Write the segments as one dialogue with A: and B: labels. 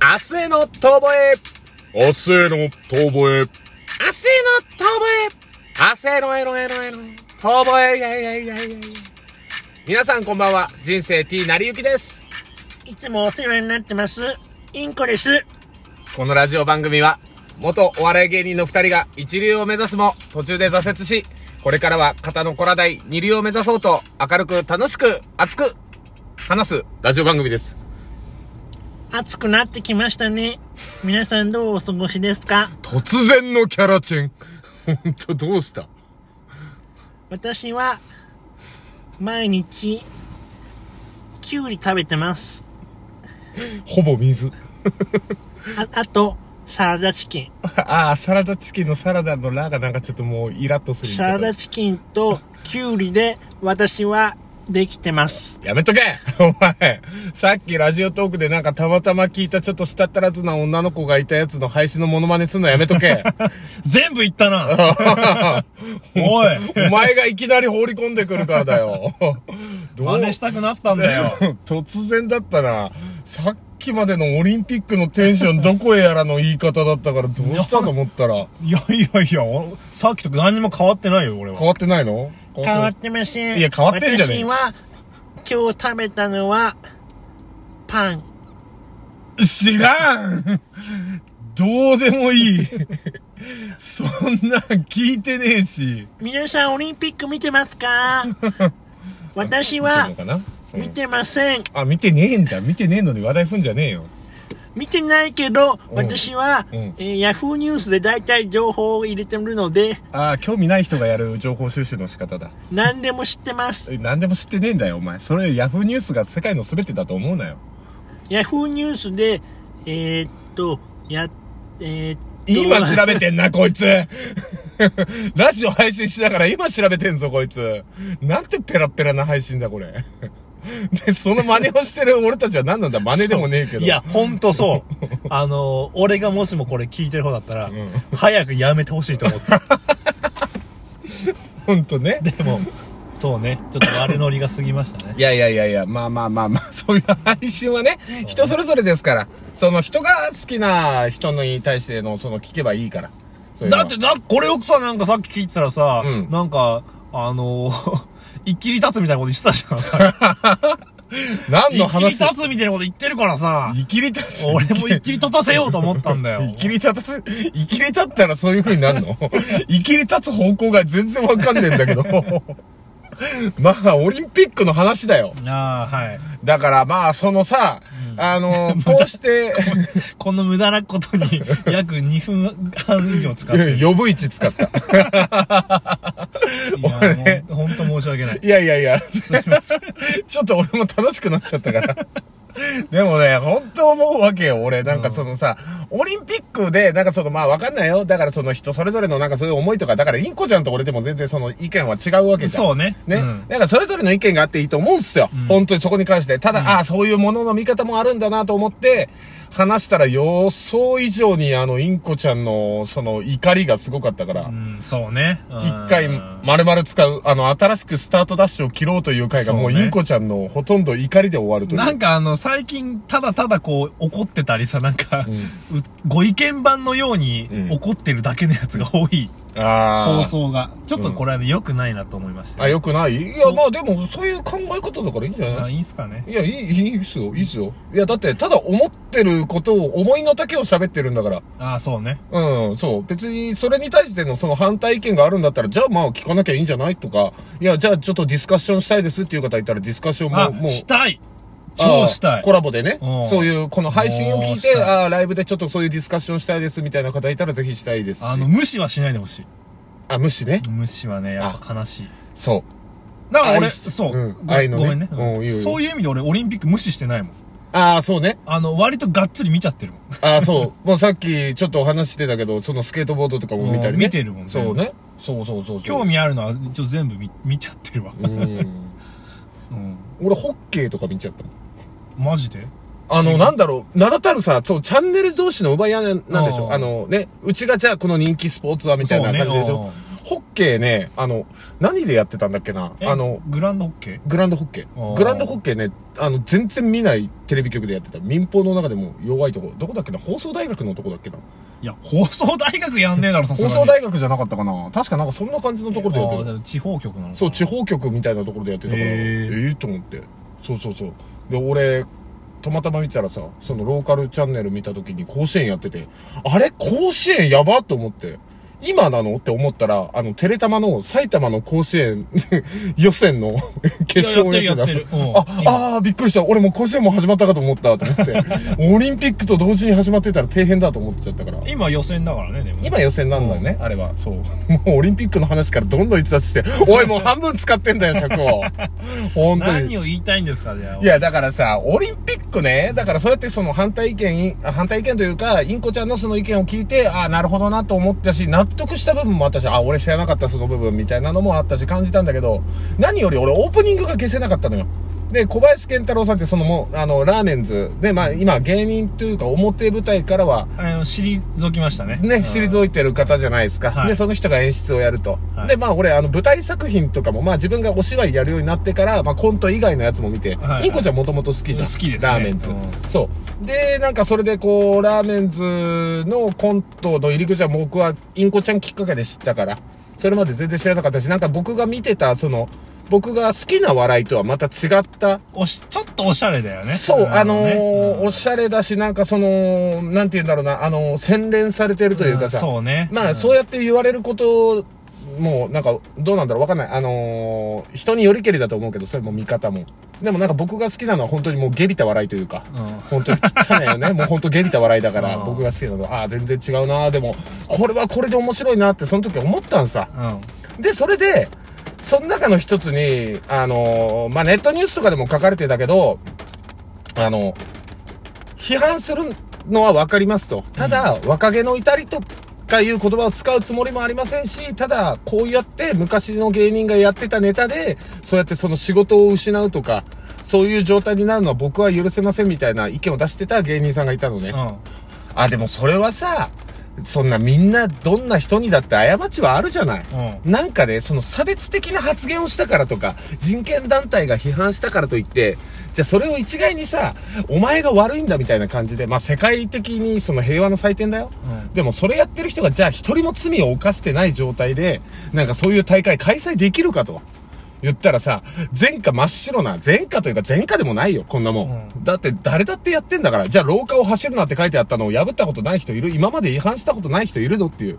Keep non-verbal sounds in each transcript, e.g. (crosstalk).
A: 明日への遠吠え
B: 明日への遠吠え。
A: 明日への遠吠え明日へのえのえのえの遠吠えいやいやいやいやいや皆さんこんばんは、人生 T なりゆきです。
C: いつもお世話になってます。インコです。
A: このラジオ番組は、元お笑い芸人の二人が一流を目指すも途中で挫折し、これからは肩のこら大二流を目指そうと明るく楽しく熱く話すラジオ番組です。
C: 暑くなってきましたね。皆さんどうお過ごしですか
B: 突然のキャラチェン。 (laughs) ほんとどうした
C: 私は、毎日、きゅうり食べてます。
B: ほぼ水。
C: あ、あと、サラダチキン。
B: (laughs) ああ、サラダチキンのサラダのラがなんかちょっともうイラッとするみた
C: サ
B: い
C: ラ
B: な
C: ダチキンときゅうりで私はできてます。
B: やめとけ (laughs) お前、さっきラジオトークでなんかたまたま聞いたちょっとしたったらずな女の子がいたやつの配信のモノマネすんのやめとけ (laughs)
D: 全部言ったなおい
B: お前がいきなり放り込んでくるからだよ。ど
D: 真似したくなったんだよ
B: (laughs) 突然だったな。さっきまでのオリンピックのテンションどこへやらの言い方だったからどうしたと思ったら。
D: いやいやいやおさっきと何にも変わってないよ俺
B: 変
D: は
B: わってないの変
C: 変わっててません。
B: いや変わってんじゃねえ
C: 私は、今日食べたのは、パン。
B: 知らんどうでもいい。そんなん聞いてねえし。
C: 皆さんオリンピック見てます
B: (laughs)
C: か私
B: 見てん
C: は
B: の、かな
C: 見てません。
B: あ、見てねえんだ。見てねえのに話題踏んじゃねえよ。
C: 見てないけど、
B: ん
C: 私は、
B: うん
C: えー、ヤフーニュースで大体情報を入れてるので、
B: ああ、興味ない人がやる情報収集の仕方だ。
C: 何でも知ってます。
B: え何でも知ってねえんだよ、お前。それ、ヤフーニュースが世界の全てだと思うなよ。
C: ヤフーニュースで、えー、っと、や、えー、っと、
B: 今調べてんな、こいつ (laughs) ラジオ配信しながら今調べてんぞ、こいつ。なんてペラペラな配信だ、これ。で、その真似をしてる俺たちは何なんだ真似でもねえけど。
D: いや、ほんとそう
B: (laughs)
D: あの俺がもしもこれ聞いてる方だったら、早くやめてほしいと思
B: (laughs)
D: って
B: ほんとね。
D: でもそうねちょっと悪ノリが過ぎましたね
B: いやいやいやいや、まあまあまあま (laughs) あ、そういう配信はね、人それぞれですから。その人が好きな人に対しての、その聞けばいいから。そういうの
D: だ
B: は
D: って、だ、これをさ、なんかさっき聞いてたらさ、
B: うん
D: なんか、あの (laughs) ー、一気に立つみたいなこと言ってたじゃ
B: (laughs)
D: ん、さ。
B: 何の
D: 一気に
B: 話
D: 立つみたいなこと言ってるからさ、
B: いきり立つ。
D: 俺も一気に立たせようと思ったんだ
B: (laughs)
D: よ。
B: いきり立たせ、いきり立ったらそういう風になる (laughs) のいきり立つ方向が全然わかんねえんだけど。 (laughs) まあ、オリンピックの話だよ。
D: ああ、はい。
B: だからまあ、そのさ、あ (laughs) の、こうして、
D: この無駄なこ
B: (laughs)
D: とに約2分半以上使ってる。
B: 呼ぶ位置使った。
D: いや、もう、ほんと申し訳ない。
B: いやいやいや、ちょっと俺も楽しくなっちゃったから。でもね、本当思うわけよ、俺。なんかそのさ、オリンピックで、なんかその、まあわかんないよ。だからその人それぞれのなんかそういう思いとか、だからインコちゃんと俺でも全然その意見は違うわけじゃん。
D: そうね。
B: ね。
D: うん
B: なんかそれぞれの意見があっていいと思うんすよ。本当にそこに関して。ただ、ああ、そういうものの見方もあるんだなと思って、話したら予想以上にあの、インコちゃんの、その、怒りがすごかったから。
D: うん、そうね。うん
B: 一回丸々使う、あの、新しくスタートダッシュを切ろうという回がもう
D: そうね
B: インコちゃんのほとんど怒りで終わるという。
D: なんかあの、最近、ただただこう、怒ってたりさ、なんか、うご意見版のように
B: うん
D: 怒ってるだけのやつが多い、
B: ああ。
D: 放送が。ちょっとこれはね、良くないなと思いました
B: あ、
D: ね。
B: よくないいや、
D: そう
B: まあでも、そういう考え方だからいいんじゃ
D: あ、
B: ない
D: いいんすかね。
B: いや、いい、いいっすよ、いいっすよ。いや、だって、ただ思ってることを思いの丈を喋ってるんだから。
D: ああ、そうね。
B: うん、そう。別に、それに対してのその反対意見があるんだったら、じゃあまあ聞かなきゃいいんじゃないとか、いや、じゃあちょっとディスカッションしたいですっていう方いたらディスカッションも、
D: あ、
B: もう。
D: したい超した
B: あー
D: い
B: コラボでね。
D: うん
B: そういう、この配信を聞い、
D: おーしてたい
B: あーライブでちょっとそういうディスカッションしたいですみたいな方いたらぜひしたいですし。
D: あの、無視はしないでほし
B: あ、無視ね。
D: い。無視はね、やっぱ悲しい。
B: そう。
D: だから
B: 愛
D: 俺、
B: し
D: そう、
B: うん
D: ご
B: 愛のね
D: ごめんね、
B: うんいいよいいよ
D: そういう意味で俺、オリンピック無視してないもん。
B: ああ、そうね。
D: あの、割とがっつり見ちゃってるもん。
B: ああ、そう。 (laughs) もうさっきちょっとお話ししてたけど、そのスケートボードとかも見たりね。
D: うん見てるもんね
B: そうね。そうそうそうそう。
D: 興味あるのは、一応全部見見ちゃってるわ。
B: うん。
D: うん。
B: 俺、ホッケーとか見ちゃったもん
D: マジで
B: あの、なんだろう、名だたるさ、そう、チャンネル同士の奪い合いなんでしょ
D: うん
B: あのね、うちがじゃあこの人気スポーツはみたいな
D: そうね
B: 感じでしょ
D: うん
B: ホホッケーね、あの、何でやってたんだっけな
D: え
B: あの、
D: グランドホッケー
B: グランドホッケ
D: あ
B: ー。
D: ー
B: グランドホッケーね、あの、全然見ないテレビ局でやってた。民放の中でも弱いとこ。どこだっけな放送大学のとこだっけない
D: や、放送大学やんねえだろ、さすが
B: 放
D: に。
B: 送大学じゃなかったかな確かなんかそんな感じのところでやって
D: あ
B: た
D: ー。だから地方局なのかな
B: そう、地方局みたいなところでやってたから、
D: へ
B: え
D: ー
B: えと思って。そうそうそう。で、俺、たまたま見たらさ、そのローカルチャンネル見た時に甲子園やってて、あれ甲子園やばと思って、今なのって思ったら、あの、テレタマの埼玉の甲子園 (laughs) 予選
D: (laughs)
B: の決勝を
D: やってるやってるうん
B: あ、あーびっくりした。俺もう甲子園も始まったかと思ったと思
D: (laughs)
B: って、オリンピックと同時に始まってたら底辺だと思っちゃったから。
D: 今予選だからね、でも。
B: 今予選なんだよね、あれは。そう。も (laughs) うオリンピックの話からどんどん逸脱して、おい、もう半分使ってんだよ、尺 (laughs) を。本当に。
D: 何を言いたいんですか、じゃあ。
B: いや、だからさ、オリンピックね、だからそうやってその反対意見、反対意見というか、インコちゃんのその意見を聞いて、ああ、なるほどなと思ったし、納得した部分もあったし、ああ、俺知らなかったその部分みたいなのもあったし、感じたんだけど、何より俺オープニングが消せなかったのよ。で、小林健太郎さんってそのもう、あの、ラーメンズで、まあ今芸人というか表舞台からは、
D: あの、退きましたね。
B: ね、
D: うん
B: 退いてる方じゃないですか。
D: はい
B: で、その人が演出をやると。
D: はい
B: で、まあ、俺、あの、舞台作品とかも、まあ、自分がお芝居やるようになってから、まあ、コント以外のやつも見て、
D: いはい
B: インコちゃんもともと好きじゃん。
D: 好きですね
B: ラーメンズ。
D: うん
B: そう。で、なんか、それで、こう、ラーメンズのコントの入り口は、僕は、インコちゃんきっかけで知ったから、それまで全然知らなかったし、なんか僕が見てた、その、僕が好きな笑いとはまた違った
D: おし、ちょっとおしゃれだよね。
B: そう、あの
D: ね
B: ー
D: うん
B: おしゃれだし、なんかその、なんて言うんだろうな、あのー洗練されてるというかさ、
D: うんそうね
B: ま
D: う
B: あ、
D: ん
B: そうやって言われることも、なんか、どうなんだろう、わかんない。あのー人によりけりだと思うけど、それも見方も。でもなんか僕が好きなのは本当にもうゲビた笑いというか、
D: うん
B: 本当に汚いよ
D: (laughs)
B: ね。もう本当ゲビた笑いだから、
D: うん
B: 僕が好きなのは、ああー、全然違うなーでも、これはこれで面白いなって、その時思ったんさ。
D: うん。
B: で、それで、その中の一つに、あの、まあ、ネットニュースとかでも書かれてたけど、あの、批判するのはわかりますと。ただ、若気の至りとかいう言葉を使うつもりもありませんし、ただ、こうやって昔の芸人がやってたネタで、そうやってその仕事を失うとか、そういう状態になるのは僕は許せませんみたいな意見を出してた芸人さんがいたのね。
D: うん。
B: あ、でもそれはさ、そんなみんなどんな人にだって過ちはあるじゃない。
D: う
B: なんかね、その差別的な発言をしたからとか、人権団体が批判したからといって、じゃあそれを一概にさ、お前が悪いんだみたいな感じで、まあ世界的にその平和の祭典だよ。
D: うん
B: でもそれやってる人がじゃあ一人も罪を犯してない状態で、なんかそういう大会開催できるかと。言ったらさ、前科真っ白な、前科というか前科でもないよ、こんなもん。だって誰だってやってんだから、じゃあ廊下を走るなって書いてあったのを破ったことない人いる今まで違反したことない人いるのっていう。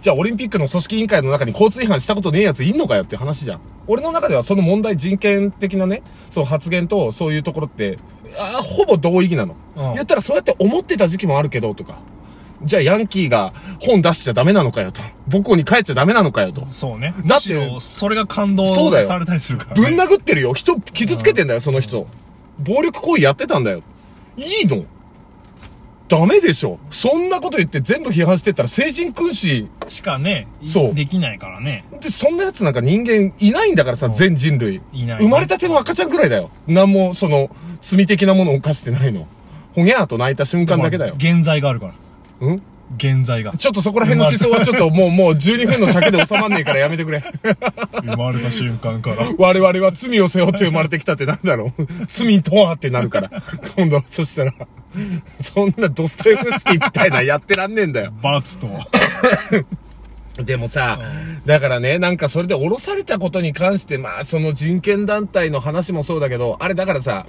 B: じゃあオリンピックの組織委員会の中に交通違反したことねえやついんのかよって話じゃん。俺の中ではその問題人権的なね、その発言とそういうところって、あーほぼ同意義なの。
D: うん
B: 言ったらそうやって思ってた時期もあるけど、とか。じゃあヤンキーが本出しちゃダメなのかよと。母校に帰っちゃダメなのかよと。
D: そうね。
B: だ
D: だ
B: っ
D: ってて、それが感動
B: そうだよ
D: されたりするから、
B: ぶん
D: ね。
B: 殴ってるよ。人傷つけてんだよ、その人。暴力行為やってたんだよ。いいのダメでしょ。そんなこと言って全部批判してったら成人君子
D: しかね、い
B: そう
D: できないからね。
B: で、そんな奴なんか人間いないんだからさ、全人類。
D: いないね
B: 生まれたての赤ちゃんくらいだよ。なんも、その、罪的なものを犯してないの。ほにゃーと泣いた瞬間だけだよ。
D: 現在があるから。
B: うん
D: 現在が。
B: ちょっとそこら辺の思想はちょっともう、もう12分の尺で収まんねえからやめてくれ。
D: 生まれた瞬間から。
B: 我々は罪を背負って生まれてきたってなんだろう罪とはってなるから。今度はそしたら、そんなドストエフスキーみたいなやってらんねえんだよ。
D: 罰と。
B: でもさ、だからね、なんかそれで降ろされたことに関して、まあその人権団体の話もそうだけど、あれだからさ、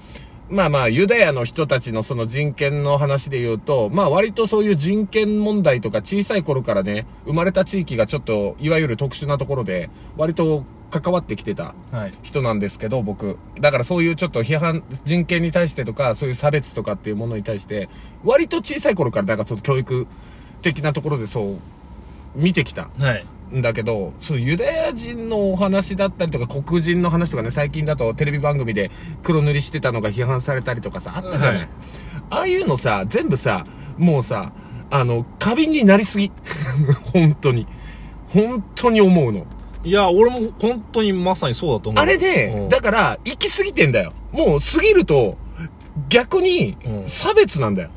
B: まあまあユダヤの人たちのその人権の話で言うと、まあ割とそういう人権問題とか小さい頃からね、生まれた地域がちょっと、いわゆる特殊なところで、割と関わってきてた
D: はい
B: 人なんですけど、僕。だからそういうちょっと批判、人権に対してとか、そういう差別とかっていうものに対して、割と小さい頃から、だからその教育的なところでそう、見てきた
D: はい。
B: んだけど、そう、ユダヤ人のお話だったりとか、黒人の話とかね、最近だとテレビ番組で黒塗りしてたのが批判されたりとかさ、あったじゃない、
D: はい
B: ああいうのさ、全部さ、もうさ、あの、過敏になりすぎ。 (laughs) 本当に。本当に思うの。
D: いや、俺も本当にまさにそうだと思う。
B: あれ
D: う
B: ね
D: ん、
B: だから、行き過ぎてんだよ。もう過ぎると、逆に
D: う、ん
B: 差別なんだよ。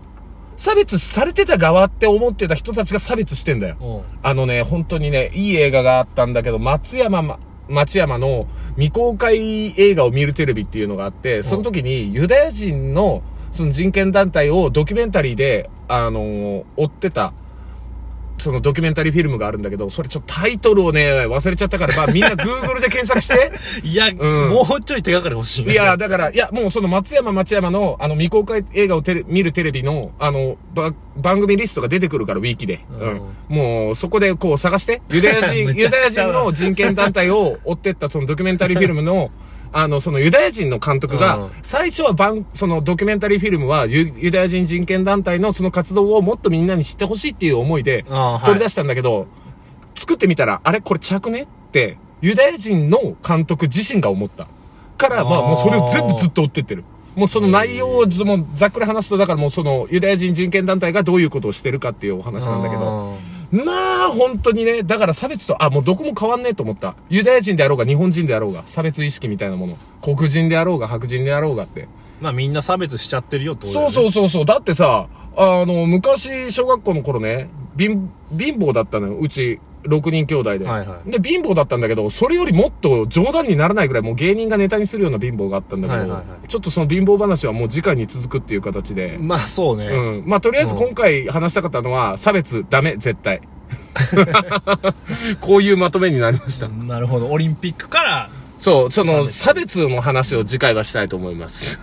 B: 差別されてた側って思ってた人たちが差別してんだよ。
D: うん
B: あのね、本当にね、いい映画があったんだけど、松山、ま、松山の未公開映画を見るテレビっていうのがあって、その時にユダヤ人のその人権団体をドキュメンタリーで、あのー追ってた、そのドキュメンタリーフィルムがあるんだけど、それちょっとタイトルをね、忘れちゃったから、まあみんな Google で検索
D: (laughs)
B: して。
D: いや、
B: ん
D: もうちょい手がかり欲しいな。
B: いや、だから、いや、もうその松山松山の、あの、未公開映画をテレ見るテレビの、あの、ば番組リストが出てくるから、ウィーキで。うん。もう、そこでこう探
D: (laughs)
B: して、ユダヤ人、
D: めち
B: ユ
D: ゃくちゃ
B: ダヤ人の人権団体を追ってった、そのドキュメンタリーフィルムの、あの、そのユダヤ人の監督
D: う
B: が
D: ん、
B: 最初はバン、そのドキュメンタリーフィルムはユ、ユダヤ人人権団体のその活動をもっとみんなに知ってほしいっていう思いで
D: あーはい、
B: 取り出したんだけど、作ってみたら、あれこれ着ねって、ユダヤ人の監督自身が思った。から、まあ
D: あー
B: もうそれを全部ずっと追ってってる。もうその内容をずもうざっくり話すと、だからもうそのユダヤ人人権団体がどういうことをしてるかっていうお話なんだけど。まあ本当にね、だから差別と、あ、もうどこも変わんねえと思った。ユダヤ人であろうが日本人であろうが、差別意識みたいなもの。黒人であろうが白人であろうがって。
D: まあみんな差別しちゃってるよってことだ
B: そ
D: よ
B: う
D: ね
B: そうそうそう。だってさ、あの、昔、小学校の頃ね、貧、貧乏だったのよ。うち、6人兄弟で。
D: はいはい
B: で、貧乏だったんだけど、それよりもっと冗談にならないぐらい、もう芸人がネタにするような貧乏があったんだけど、
D: はいはいは
B: ちょっとその貧乏話はもう次回に続くっていう形で。
D: まあそうね。
B: うん。まあ、とりあえず今回話したかったのは、差別ダメ、絶対。 (laughs) こういうまとめになりました。
D: なるほど。オリンピックから
B: そう、その、差別の話を次回はしたいと思います。